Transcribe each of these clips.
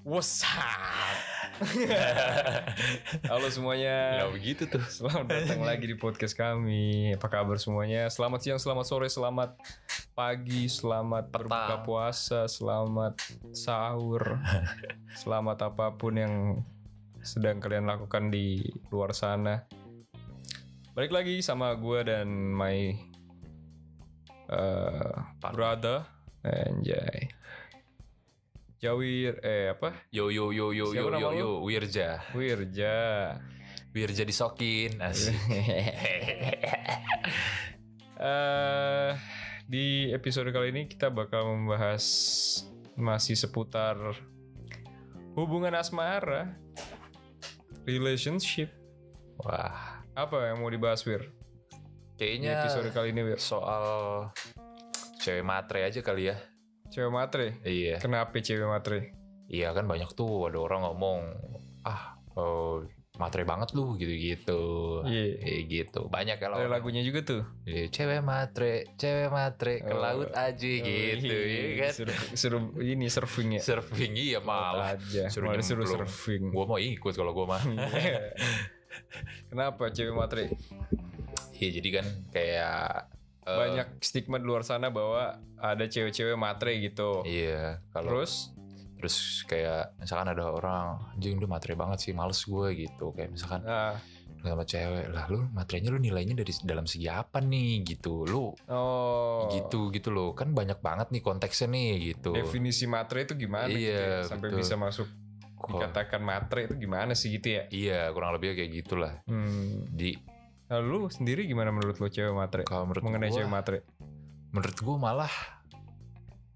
What's Halo Nggak semuanya. Ya, begitu tuh. Ya, Selamat datang lagi di podcast kami. Apa kabar semuanya? Selamat siang, selamat sore, selamat pagi, selamat berbuka puasa, selamat sahur, selamat apapun yang sedang kalian lakukan di luar sana. Balik lagi sama gue dan my eh, brother, anjay. Jawir, eh apa? Yo yo yo yo yo yo Siapa nama lu? yo Wirja. Wirja. Wirja disokin. Asik. eh di episode kali ini kita bakal membahas masih seputar hubungan asmara, relationship. Wah. Apa yang mau dibahas Wir? Di Kayaknya episode kali ini Wir. soal cewek matre aja kali ya. Cewek matre. Iya. Kenapa cewek matre? Iya kan banyak tuh ada orang ngomong ah oh, matre banget lu gitu-gitu. Iya. Iya gitu. Banyak kalau Ada lagunya juga tuh. Iya, cewek matre, cewek matre ke Oh. laut aja gitu. Iya kan. Suruh, suruh ini surfing ya. Surfing iya malah. aja. suruh Malah suruh nyemplung. surfing. Gua mau ikut kalau gua mah. Kenapa cewek matre? Iya jadi kan kayak eh, Banyak stigma di luar sana bahwa ada cewek-cewek matre gitu. Iya kalau terus? Terus kayak misalkan ada orang anjing lu matre banget sih males gue gitu kayak misalkan Nah, lu sama cewek lah lu maternya lu nilainya dari dalam segi apa nih gitu lu oh. gitu gitu loh kan banyak banget nih konteksnya nih gitu Definisi matre itu gimana gitu ya? Iya, Sampai betul. bisa masuk Kok- dikatakan matre itu gimana sih gitu ya? iya kurang lebih kayak gitulah Hmm. di Nah, lu sendiri gimana menurut lu cewek matre? kalau menurut Mengenai gua- cewek matre. menurut gue malah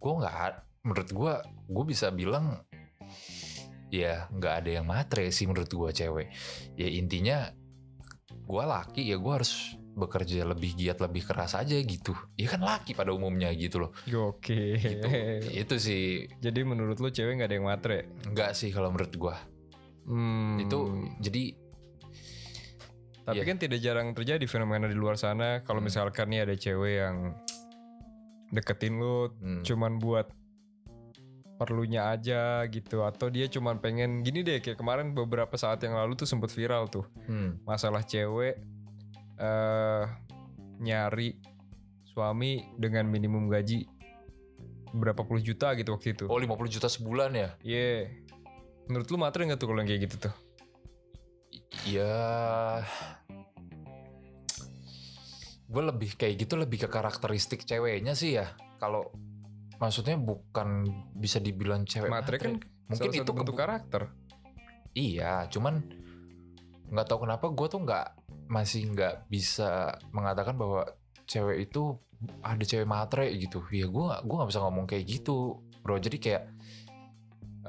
gue nggak menurut gue gue bisa bilang ya nggak ada yang matre sih menurut gue cewek ya intinya gue laki ya gue harus bekerja lebih giat lebih keras aja gitu ya kan laki pada umumnya gitu loh Oke. gitu itu sih Jadi menurut lu cewek nggak ada yang matre? nggak sih kalau menurut gue Hmm. itu jadi Tapi Iya. kan tidak jarang terjadi fenomena di luar sana kalau Hmm. misalkan nih ada cewek yang deketin lu hmm, cuman buat perlunya aja gitu atau dia cuman pengen gini deh kayak kemarin beberapa saat yang lalu tuh sempet viral tuh hmm, masalah cewek eh nyari suami dengan minimum gaji berapa puluh juta gitu waktu itu. oh 50 juta sebulan ya Iya. Menurut lu matre nggak tuh kalau yang kayak gitu tuh? ya gue lebih kayak gitu lebih ke karakteristik ceweknya sih ya kalau maksudnya bukan bisa dibilang cewek Matre kan Eh, mungkin salah satu itu bentuk kebu- karakter. iya cuman nggak tahu kenapa gue tuh nggak masih nggak bisa mengatakan bahwa cewek itu ada cewek matre gitu ya gue gue nggak bisa ngomong kayak gitu bro jadi kayak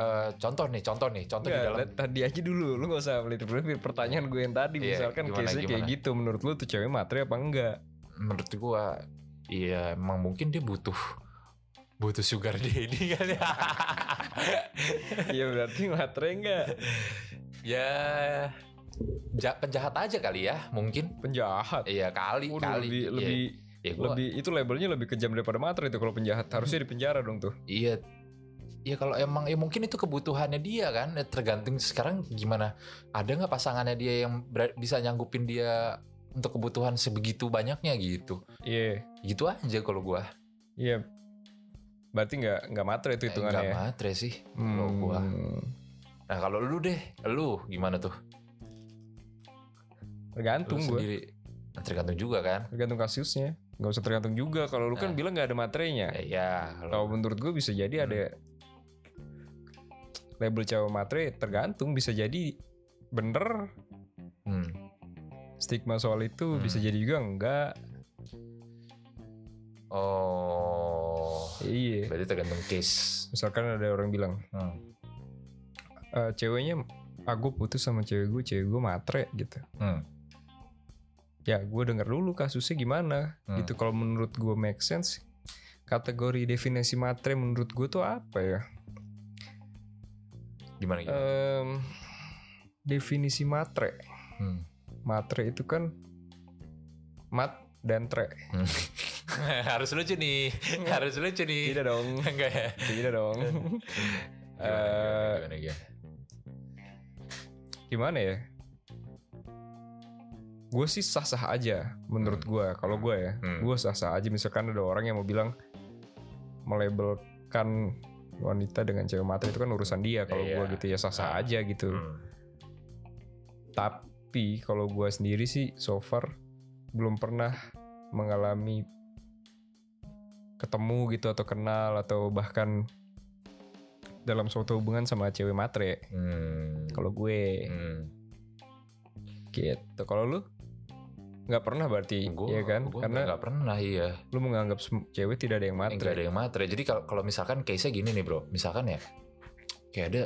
eh, contoh nih contoh nih contoh di Nggak, dalam lihat tadi aja dulu, lu gak usah beli pertanyaan gue yang tadi. Iya, Misalkan gimana, case-nya kayak gimana? gitu, menurut lu tuh cewek matre apa enggak? menurut gua iya emang mungkin dia butuh butuh sugar daddy kan ya Iya berarti matre enggak? ya ja- penjahat aja kali ya mungkin Penjahat. iya kali Waduh, kali lebih Iya, lebih ya gua- lebih itu labelnya lebih kejam daripada matre itu kalau penjahat Hmm. harusnya dipenjara dong tuh. iya Iya kalau emang ya mungkin itu kebutuhannya dia kan ya tergantung sekarang gimana ada nggak pasangannya dia yang ber- bisa nyanggupin dia untuk kebutuhan sebegitu banyaknya gitu Iya. gitu aja kalau gua Iya. Berarti enggak enggak matre Eh, itu nggak hitungannya. ya? matre sih Hmm. kalau gua nah kalau lu deh lu gimana tuh Tergantung Lu gua. sendiri tergantung juga kan Tergantung kasusnya. Enggak usah tergantung juga kalau lu kan Nah. bilang enggak ada matrenya. ya, ya kalau Hmm. Kalau menurut gue bisa jadi ada label cewek matre tergantung bisa jadi bener hmm, stigma soal itu Hmm. bisa jadi juga enggak oh iya berarti tergantung case misalkan ada orang bilang hmm. "Eh, ceweknya aku putus sama cewek gue cewek gue matre gitu Hmm. ya gue denger dulu kasusnya gimana hmm. gitu kalau menurut gue make sense kategori definisi matre menurut gue tuh apa ya gimana gitu Em, definisi matre hmm. matre itu kan mat dan tre harus lucu nih harus lucu nih tidak dong enggak ya tidak dong Gimana, gimana, Eh, gimana, gimana? gimana ya? Gue sih sah-sah aja menurut gue. Kalau gue ya, Hmm. gue sah-sah aja. Misalkan ada orang yang mau bilang melabelkan wanita dengan cewek matre itu kan urusan dia. Kalau Iya. gue gitu ya sah-sah Ah. aja gitu. Hmm. Tapi kalau gue sendiri sih so far belum pernah mengalami ketemu gitu atau kenal atau bahkan dalam suatu hubungan sama cewek matre. Hmm. Kalau gue. Hmm. Gitu. Kalau lu nggak pernah berarti, Gua, ya kan? Iya gua Karena nggak pernah iya. lu menganggap sem- cewek tidak ada yang matre. Enggak ada yang matre. Jadi kalau kalau misalkan case-nya gini nih, Bro. Misalkan ya kayak ada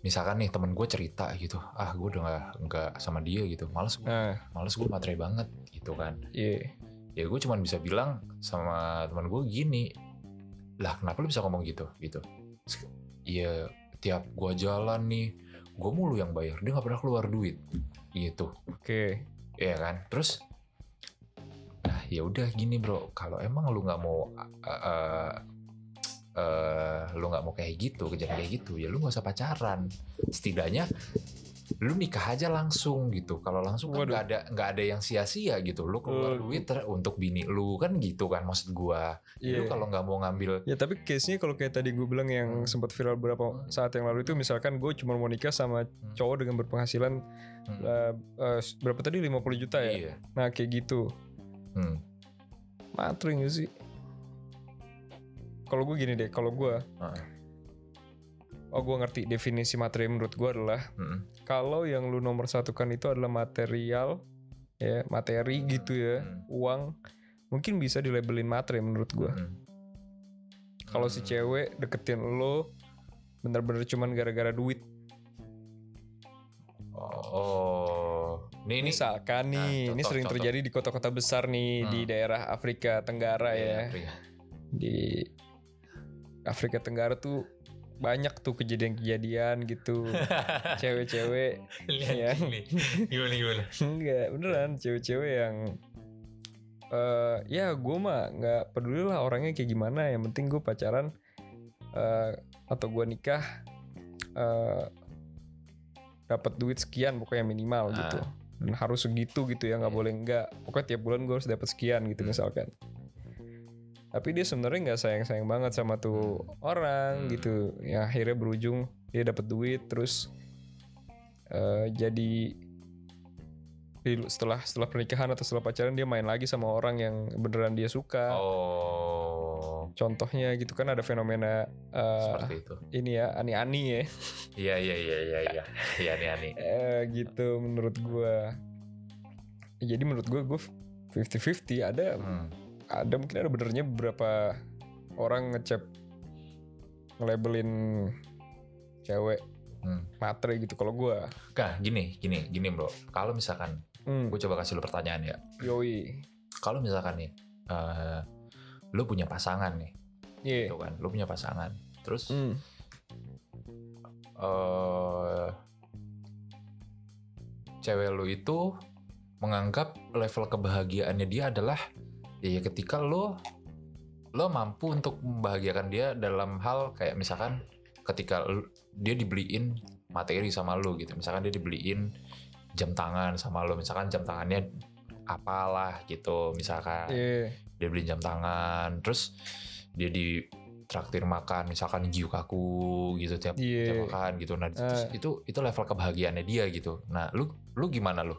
misalkan nih temen gue cerita gitu ah gue udah nggak nggak sama dia gitu males gue Nah, males gue matre banget gitu kan iya. ya gue cuman bisa bilang sama teman gue gini lah kenapa lu bisa ngomong gitu gitu Terus, ya tiap gue jalan nih gue mulu yang bayar dia nggak pernah keluar duit gitu Oke. ya kan terus nah ya udah gini bro kalau emang lu nggak mau eh, eh, eh, lu nggak mau kayak gitu kejadian kayak gitu ya lu nggak usah pacaran setidaknya lu nikah aja langsung gitu kalau langsung kan Waduh. nggak ada nggak ada yang sia-sia gitu lu keluar Waduh. duit ter- untuk bini lu kan gitu kan maksud gua Ya lu Iya. kalau nggak mau ngambil Ya tapi case-nya kalau kayak tadi gue bilang yang Hmm. sempat viral beberapa saat yang lalu itu misalkan gue cuma mau nikah sama cowok dengan berpenghasilan Hmm, eh, eh, berapa tadi 50 juta ya. iya Nah, kayak gitu. Hmm, Matre nggak sih? Kalau gue gini deh, kalau gue Heeh. Oh gue ngerti definisi materi menurut gue adalah hmm, kalau yang lu nomor satukan itu adalah material ya materi gitu ya hmm, uang mungkin bisa dilabelin materi menurut gua hmm. kalau si cewek deketin lo bener-bener cuman gara-gara duit oh, oh. Nih, ini misalkan Nah, nih ini contoh, sering contoh. terjadi di kota-kota besar nih Hmm. di daerah Afrika Tenggara ya Iya, iya. di Afrika Tenggara tuh banyak tuh kejadian-kejadian gitu cewek-cewek Lihat Iya. ini. Gimana gimana? Enggak, beneran Iya. cewek-cewek yang eh ya gue mah nggak peduli lah orangnya kayak gimana yang penting gue pacaran eh atau gue nikah eh dapat duit sekian pokoknya Ah. minimal gitu dan harus segitu gitu ya nggak Iya. boleh enggak pokoknya tiap bulan gue harus dapat sekian gitu Hmm. misalkan tapi dia sebenarnya nggak sayang sayang banget sama tuh Hmm. orang gitu yang akhirnya berujung dia dapat duit terus eh, jadi di- setelah setelah pernikahan atau setelah pacaran dia main lagi sama orang yang beneran dia suka Oh, contohnya gitu kan ada fenomena eh, seperti itu. ini ya ani-ani ya Iya iya iya iya iya. Iya nih ani. Eh, gitu menurut gua jadi menurut gua gue 50-50 ada Hmm. ada mungkin ada benernya beberapa orang ngecap ngelabelin cewek Hmm. matre gitu kalau gua Nah, gini gini gini bro. Kalau misalkan, hmm, gue coba kasih lu pertanyaan ya. yoi Kalau misalkan nih, eh lu punya pasangan nih, iya gitu kan? Lu punya pasangan. Terus, eh Hmm, Eh, cewek lu itu menganggap level kebahagiaannya dia adalah ya ketika lu lo mampu untuk membahagiakan dia dalam hal kayak misalkan ketika lu- dia dibeliin materi sama lo gitu misalkan dia dibeliin jam tangan sama lo misalkan jam tangannya apalah gitu misalkan iya dia beli jam tangan terus dia di traktir makan misalkan giu kaku gitu tiap tiap iya makan gitu nah terus Eh. itu itu level kebahagiaannya dia gitu nah lu lu gimana lu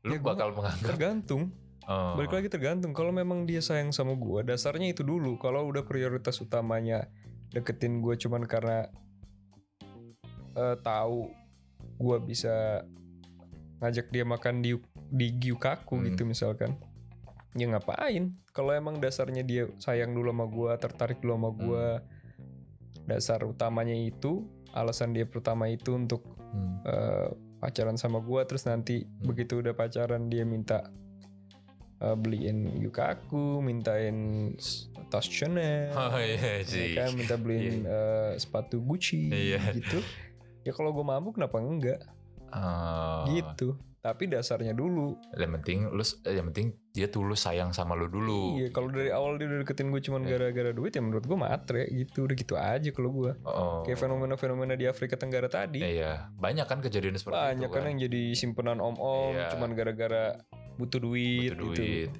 lu Ya, gua- bakal menganggap tergantung eh, balik lagi tergantung kalau memang dia sayang sama gua dasarnya itu dulu kalau udah prioritas utamanya deketin gua cuman karena eh, tahu gua bisa ngajak dia makan di di Gyukaku Hmm. gitu misalkan ya ngapain kalau emang dasarnya dia sayang dulu sama gua tertarik dulu sama gua dasar utamanya itu alasan dia pertama itu untuk hmm, eh, pacaran sama gua terus nanti begitu udah pacaran dia minta eh, beliin yuka aku mintain tas Chanel Oh iya ya sih. kan minta beliin eh, sepatu Gucci Iya. gitu ya kalau gue mampu kenapa enggak Ah, gitu tapi dasarnya dulu yang penting lu yang penting dia tulus sayang sama lu dulu iya kalau dari awal dia udah deketin gue Oh, cuman Iya. gara-gara duit ya menurut gue matre gitu udah gitu aja kalau gue oh. kayak fenomena-fenomena di Afrika Tenggara tadi iya banyak kan kejadian seperti itu banyak kan yang jadi simpenan om-om Iya. cuman gara-gara butuh duit, butuh gitu duit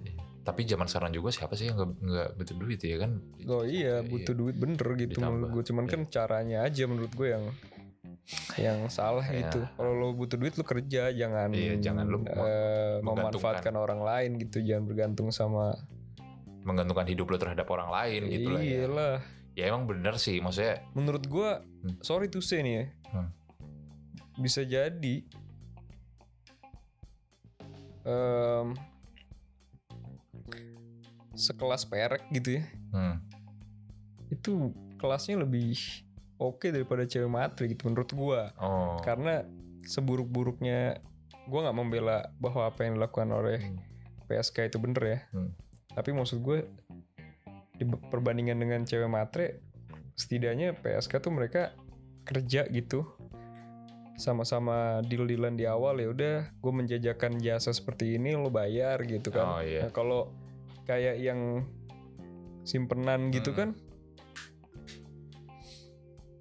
tapi zaman sekarang juga siapa sih yang nggak nggak butuh duit ya kan Oh iya butuh duit bener Ditambah. gitu Iya. menurut gue cuman kan caranya aja menurut gue yang yang salah Iya. gitu kalau lo butuh duit lo kerja jangan Iya, jangan lo eh, menggantungkan. memanfaatkan orang lain gitu jangan bergantung sama menggantungkan hidup lo terhadap orang lain gitu lah ya. iya lah ya emang bener sih maksudnya menurut gue sorry to say nih ya Hmm. bisa jadi em, sekelas perek gitu ya hmm, itu kelasnya lebih oke daripada cewek matri gitu menurut gua oh karena seburuk-buruknya gua nggak membela bahwa apa yang dilakukan oleh Hmm. PSK itu bener ya Hmm. tapi maksud gue di perbandingan dengan cewek matre setidaknya PSK tuh mereka kerja gitu sama-sama deal-dealan di awal ya udah gue menjajakan jasa seperti ini lo bayar gitu kan oh iya Nah, kalau kayak yang simpenan gitu Mm. kan,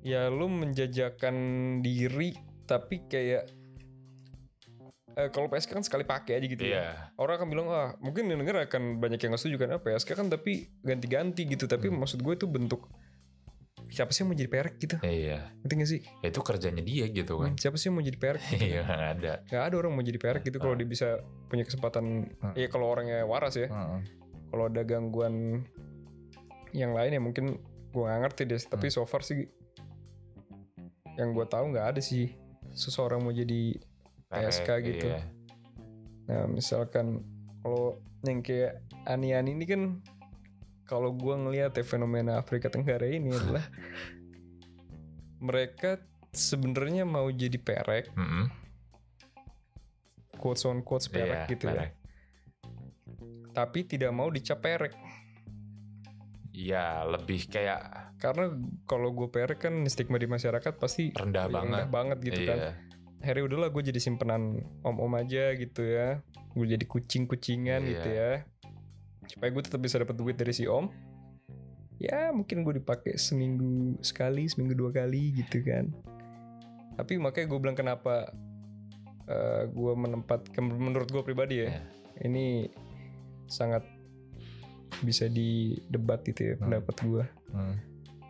ya lu menjajakan diri tapi kayak eh, kalau PSK kan sekali pakai aja gitu iya ya. Orang akan bilang ah mungkin yang denger akan banyak yang nggak setuju kan ah, PSK kan tapi ganti-ganti gitu tapi Hmm. maksud gue itu bentuk siapa sih yang mau jadi perek gitu iya ngerti gak sih Ya, itu kerjanya dia gitu kan siapa sih yang mau jadi perek iya Ah. nggak ada nggak ada orang mau jadi perek gitu kalau dia bisa punya kesempatan Hmm. ya kalau orangnya waras ya Heeh. kalau ada gangguan yang lain ya mungkin gue nggak ngerti deh tapi Hmm. so far sih yang gue tahu nggak ada sih seseorang mau jadi PSK Kayak- gitu. iya. nah misalkan kalau yang kayak ani-ani ini kan kalau gue ngelihat ya fenomena Afrika Tenggara ini adalah mereka sebenarnya mau jadi perek Mm-mm. quotes on quotes Hmm, perek Iya, gitu ya merek. tapi tidak mau dicap perek Iya, lebih kayak karena kalau gue perek kan stigma di masyarakat pasti rendah banget. rendah banget gitu kan Iya. Harry udahlah gue jadi simpenan om-om aja gitu ya gue jadi kucing-kucingan Iya. gitu ya supaya gue tetap bisa dapat duit dari si om ya mungkin gue dipakai seminggu sekali seminggu dua kali gitu kan tapi makanya gue bilang kenapa eh, gue menempatkan menurut gue pribadi ya Iya. ini sangat bisa didebat gitu ya Hmm. pendapat gue Hmm.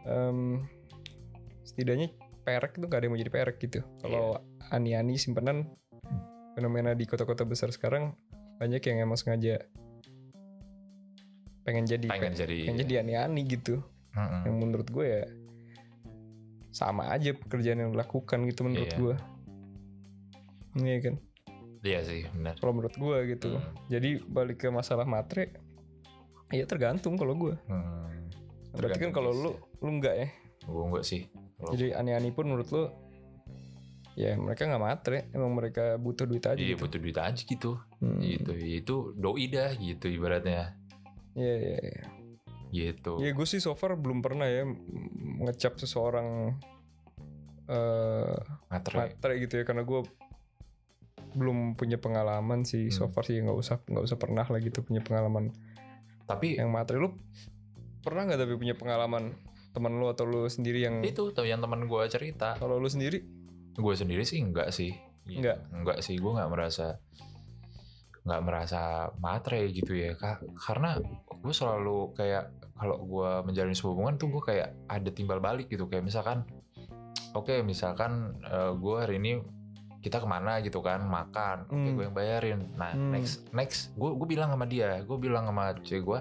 Em, setidaknya perek tuh gak ada yang mau jadi perek gitu. Kalau Iya. ani-ani simpenan fenomena di kota-kota besar sekarang banyak yang emang sengaja pengen jadi Pengen iya. pe- jadi. Hmm, pengen jadi ani-ani gitu. Mm-mm. Yang menurut gue ya sama aja pekerjaan yang dilakukan gitu menurut Iya. gue. Iya kan. Iya sih, benar. Kalau menurut gue gitu. Hmm. Jadi balik ke masalah matre, ya tergantung kalau gue. Hmm. Berarti kan Tergantung kalau case lu lu enggak ya. Gue enggak sih. Kalau Jadi aneh-aneh pun menurut lo ya mereka nggak matre, emang mereka butuh duit aja Iya gitu. butuh duit aja gitu, Hmm. gitu, itu doi dah gitu ibaratnya, Iya iya. iya. gitu. Ya gue sih so far belum pernah ya m- ngecap seseorang eh Matre. matre gitu ya karena gue belum punya pengalaman sih so Hmm. far sih nggak usah nggak usah pernah lah gitu punya pengalaman Tapi yang matre lu pernah nggak tapi punya pengalaman teman lu atau lu sendiri yang itu tuh yang teman gue cerita, kalau lu sendiri gue sendiri sih enggak sih, gitu. Enggak. enggak sih, gue nggak merasa nggak merasa matre gitu ya Ka- karena gue selalu kayak kalau gue menjalin sebuah hubungan tuh gue kayak ada timbal balik gitu kayak misalkan oke misalkan gue hari ini kita kemana gitu kan makan oke Hmm. gue yang bayarin nah Hmm. next next gue gue bilang sama dia gue bilang sama cewek gue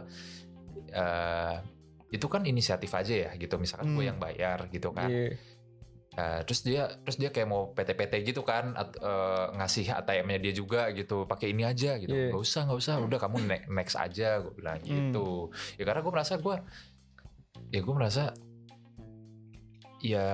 itu kan inisiatif aja ya gitu misalkan gue Hmm. yang bayar gitu kan iya Nah, terus dia terus dia kayak mau PT-PT gitu kan at- eh, ngasih ATM-nya dia juga gitu pakai ini aja gitu Iya. Hmm. nggak usah nggak usah udah kamu ne- next aja gue bilang gitu ya karena gue merasa gue ya gue merasa ya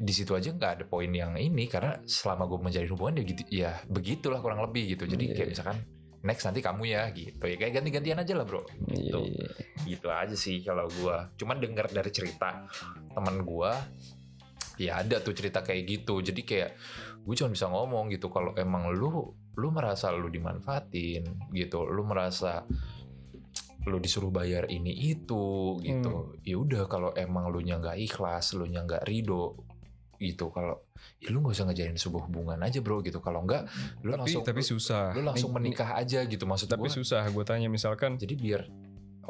di situ aja nggak ada poin yang ini karena selama gue menjalin hubungan ya gitu ya begitulah kurang lebih gitu jadi Iya. kayak misalkan next nanti kamu ya gitu ya kayak ganti-gantian aja lah bro iya, gitu iya. gitu aja sih kalau gua cuman denger dari cerita teman gua ya ada tuh cerita kayak gitu jadi kayak gue cuma bisa ngomong gitu kalau emang lu lu merasa lu dimanfaatin gitu lu merasa lu disuruh bayar ini itu Hmm. gitu ya udah kalau emang lu nya nggak ikhlas lu nya nggak ridho gitu kalau ya lu nggak usah ngejalin sebuah hubungan aja bro gitu kalau nggak lu tapi langsung tapi susah. lu langsung Nih- menikah aja gitu maksud Tapi gue susah gue tanya misalkan jadi biar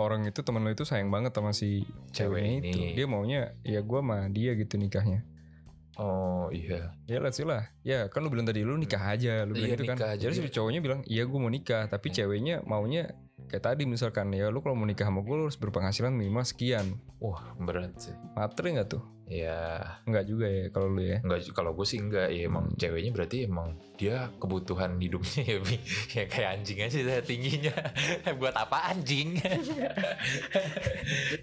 orang itu temen lo itu sayang banget sama si Cewek ceweknya itu. ini. Dia maunya ya gue sama dia gitu nikahnya. oh iya Ya let's see lah. Ya kan lu bilang tadi lu nikah aja, lu bilang Iya, gitu kan. nikah aja. Jadi si cowoknya bilang, "Iya gue mau nikah," tapi Hmm. ceweknya maunya kayak tadi misalkan ya lu kalau mau nikah sama gue lu harus berpenghasilan minimal sekian. wah berat sih Matre nggak tuh? ya Nggak juga ya kalau lu ya. Enggak, kalau gue sih enggak ya emang Hmm. ceweknya berarti emang dia kebutuhan hidupnya ya, Bi. ya kayak anjing aja dah tingginya buat apa anjing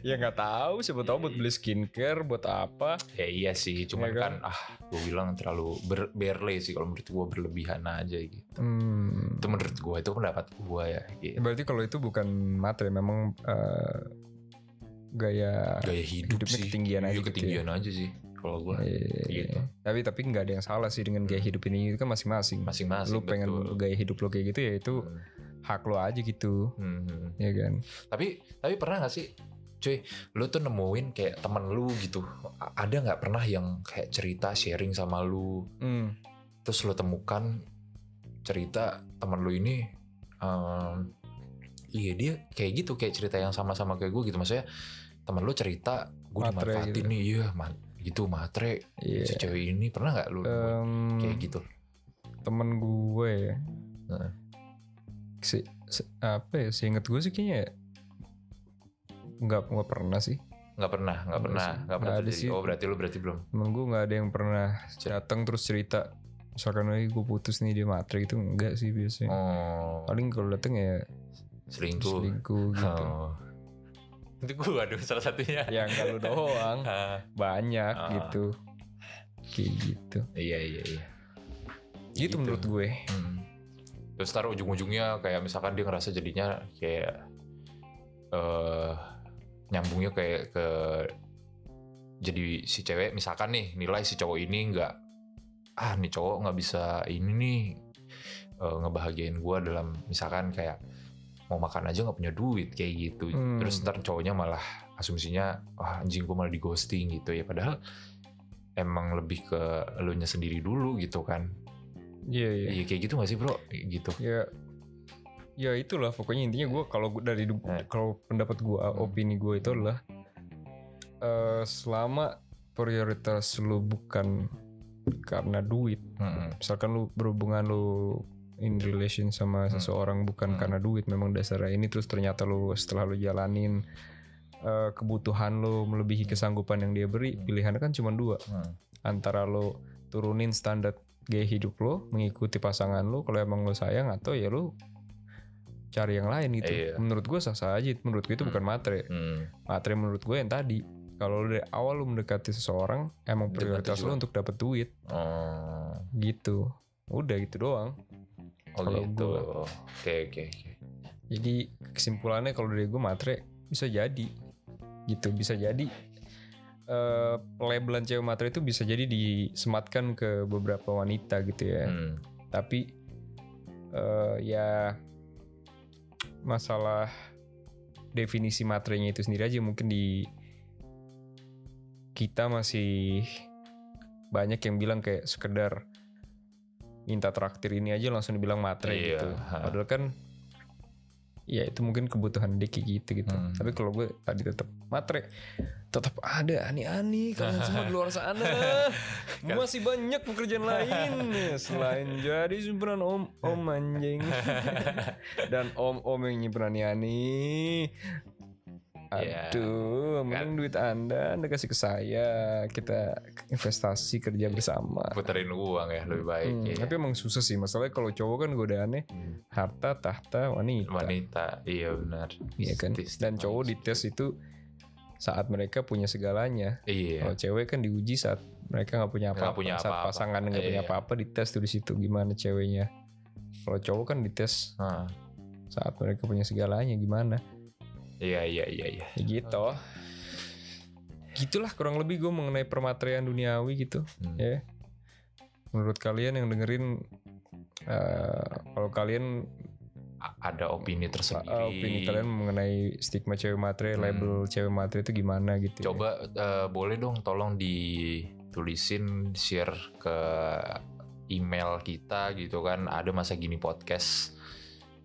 ya nggak tahu siapa tahu buat beli skincare buat apa ya iya sih cuman Ya kan? kan ah gue bilang terlalu ber berle sih kalau menurut gue berlebihan aja gitu hmm. itu menurut gue itu pendapat gue ya gitu. berarti kalau itu bukan materi memang eh, gaya gaya hidup hidupnya sih ketinggian aja Iya, gitu ya. ketinggian aja sih kalau gue eh, gitu. tapi tapi nggak ada yang salah sih dengan gaya hidup ini itu kan masing-masing masing-masing lu pengen betul. gaya hidup lo kayak gitu ya itu Hmm, hak lo aja gitu hmm, hmm. ya kan tapi tapi pernah gak sih cuy lu tuh nemuin kayak temen lu gitu a- ada nggak pernah yang kayak cerita sharing sama lu hmm. terus lu temukan cerita temen lu ini em, iya dia kayak gitu kayak cerita yang sama-sama kayak gue gitu maksudnya temen lu cerita gue Matre dimanfaatin gitu. nih iya man- gitu matre Iya. si cewek ini pernah nggak lu nemuin Em, kayak gitu temen gue ya Heeh. si, se- apa ya seinget gue sih kayaknya nggak nggak pernah sih nggak pernah nggak Nggak pernah sih. nggak pernah Nggak ada terjadi sih. oh berarti lu berarti belum temen gue nggak ada yang pernah datang terus cerita misalkan lagi gue putus nih dia matre gitu enggak sih biasanya oh paling kalau dateng ya selingkuh selingkuh gitu Oh. Iya. Itu gue aduh salah satunya. ya nggak lu doang Ah, banyak Ah. gitu kayak gitu iya iya iya. gitu menurut gue Hmm. Terus taruh ujung-ujungnya kayak misalkan dia ngerasa jadinya kayak eh nyambungnya kayak ke jadi si cewek misalkan nih nilai si cowok ini nggak ah nih cowok nggak bisa ini nih eh, ngebahagiain gua dalam misalkan kayak mau makan aja nggak punya duit kayak gitu Hmm. terus ntar cowoknya malah asumsinya wah anjing gua malah di ghosting gitu ya padahal emang lebih ke elunya sendiri dulu gitu kan iya iya Iya kayak gitu gak sih bro? Gitu. ya ya itulah pokoknya intinya gue kalau gua- dari du- Eh. kalau pendapat gue Hmm. opini gue itu adalah eh, selama prioritas lu bukan karena duit Mm-mm. misalkan lu berhubungan lu in relation sama Hmm. seseorang bukan Hmm. karena duit memang dasarnya ini terus ternyata lu setelah lu jalanin eh, kebutuhan lu melebihi kesanggupan yang dia beri Hmm. pilihannya kan cuma dua Mm. antara lu turunin standar gaya hidup lo mengikuti pasangan lu kalau emang lu sayang atau ya lu cari yang lain gitu Iya. menurut gue sah-sah aja menurut gue itu Hmm. bukan matre Mm. matre menurut gue yang tadi kalau lu dari awal lu mendekati seseorang emang Dengan prioritas lu tujuan. untuk dapet duit Oh, gitu udah gitu doang oh Kalau gitu. gua- Iya. Oke oke oke. Jadi kesimpulannya kalau dari gue matre bisa jadi gitu bisa jadi eh labelan cewek matre itu bisa jadi disematkan ke beberapa wanita gitu ya. Mm. Tapi eh ya masalah definisi matrenya itu sendiri aja mungkin di kita masih banyak yang bilang kayak sekedar minta traktir ini aja langsung dibilang matre Iya, gitu. ha. Padahal kan ya itu mungkin kebutuhan dia kayak gitu gitu. Hmm. Tapi kalau gue tadi tetap matre tetap ada ani-ani kalian semua di luar sana masih banyak pekerjaan lain selain jadi simpenan om om anjing dan om om yang ya, nyimpen ani-ani Ya. aduh mending duit anda anda kasih ke saya kita investasi kerja bersama Puterin uang ya lebih baik. Hmm, ya. tapi emang susah sih masalahnya kalau cowok kan godaannya Mm. harta tahta wanita, wanita, iya benar. Iya kan Statistik dan cowok banget. dites itu saat mereka punya segalanya Iya. kalau cewek kan diuji saat mereka nggak punya Nggak apa-apa punya saat apa-apa. pasangan nggak Iya. punya apa-apa dites tuh di situ gimana ceweknya kalau cowok kan dites Ah, saat mereka punya segalanya gimana Iya iya iya iya. ya gitu Ya gitulah kurang lebih gue mengenai permaterian duniawi gitu Hmm. ya menurut kalian yang dengerin eh, kalau kalian A- ada opini tersendiri eh, opini kalian mengenai stigma cewek matre Hmm. label cewek matre itu gimana gitu ya. coba eh, boleh dong tolong ditulisin share ke email kita gitu kan ada masa gini podcast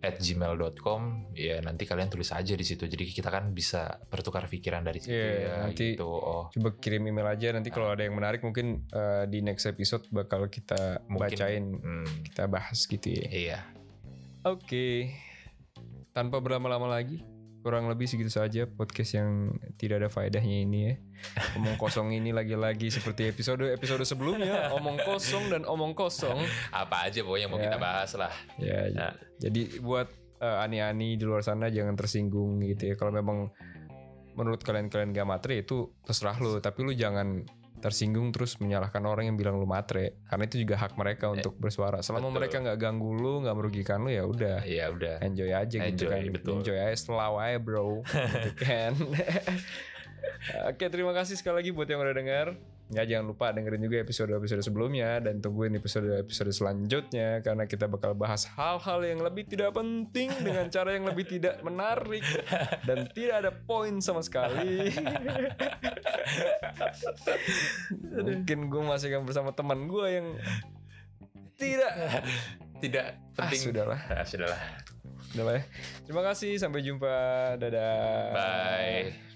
at gmail.com ya nanti kalian tulis aja di situ jadi kita kan bisa bertukar pikiran dari situ Iya, ya nanti- gitu oh coba kirim email aja nanti kalau ada yang menarik mungkin eh, di next episode bakal kita Mungkin. bacain hmm, kita bahas gitu ya iya oke tanpa berlama-lama lagi kurang lebih segitu saja podcast yang tidak ada faedahnya ini ya omong kosong ini lagi-lagi seperti episode episode sebelumnya omong kosong dan omong kosong apa aja pokoknya yang mau Ya. kita bahas lah ya Ya. jadi buat eh, ani-ani di luar sana jangan tersinggung gitu ya kalau memang menurut kalian kalian gak matre itu terserah lu tapi lu jangan tersinggung terus menyalahkan orang yang bilang lu matre karena itu juga hak mereka untuk bersuara selama betul. mereka nggak ganggu lu nggak merugikan lu ya udah ya udah enjoy aja gitu Enjoy, kan betul. enjoy aja selaw aja bro gitu kan Oke terima kasih sekali lagi buat yang udah denger Ya jangan lupa dengerin juga episode-episode sebelumnya Dan tungguin episode-episode selanjutnya Karena kita bakal bahas hal-hal yang lebih tidak penting Dengan cara yang lebih tidak menarik Dan tidak ada poin sama sekali Mungkin gue masih akan bersama teman gue yang Tidak tidak Ah penting sudahlah Ah, sudahlah Udah lah ya. Terima kasih, sampai jumpa. Dadah. bye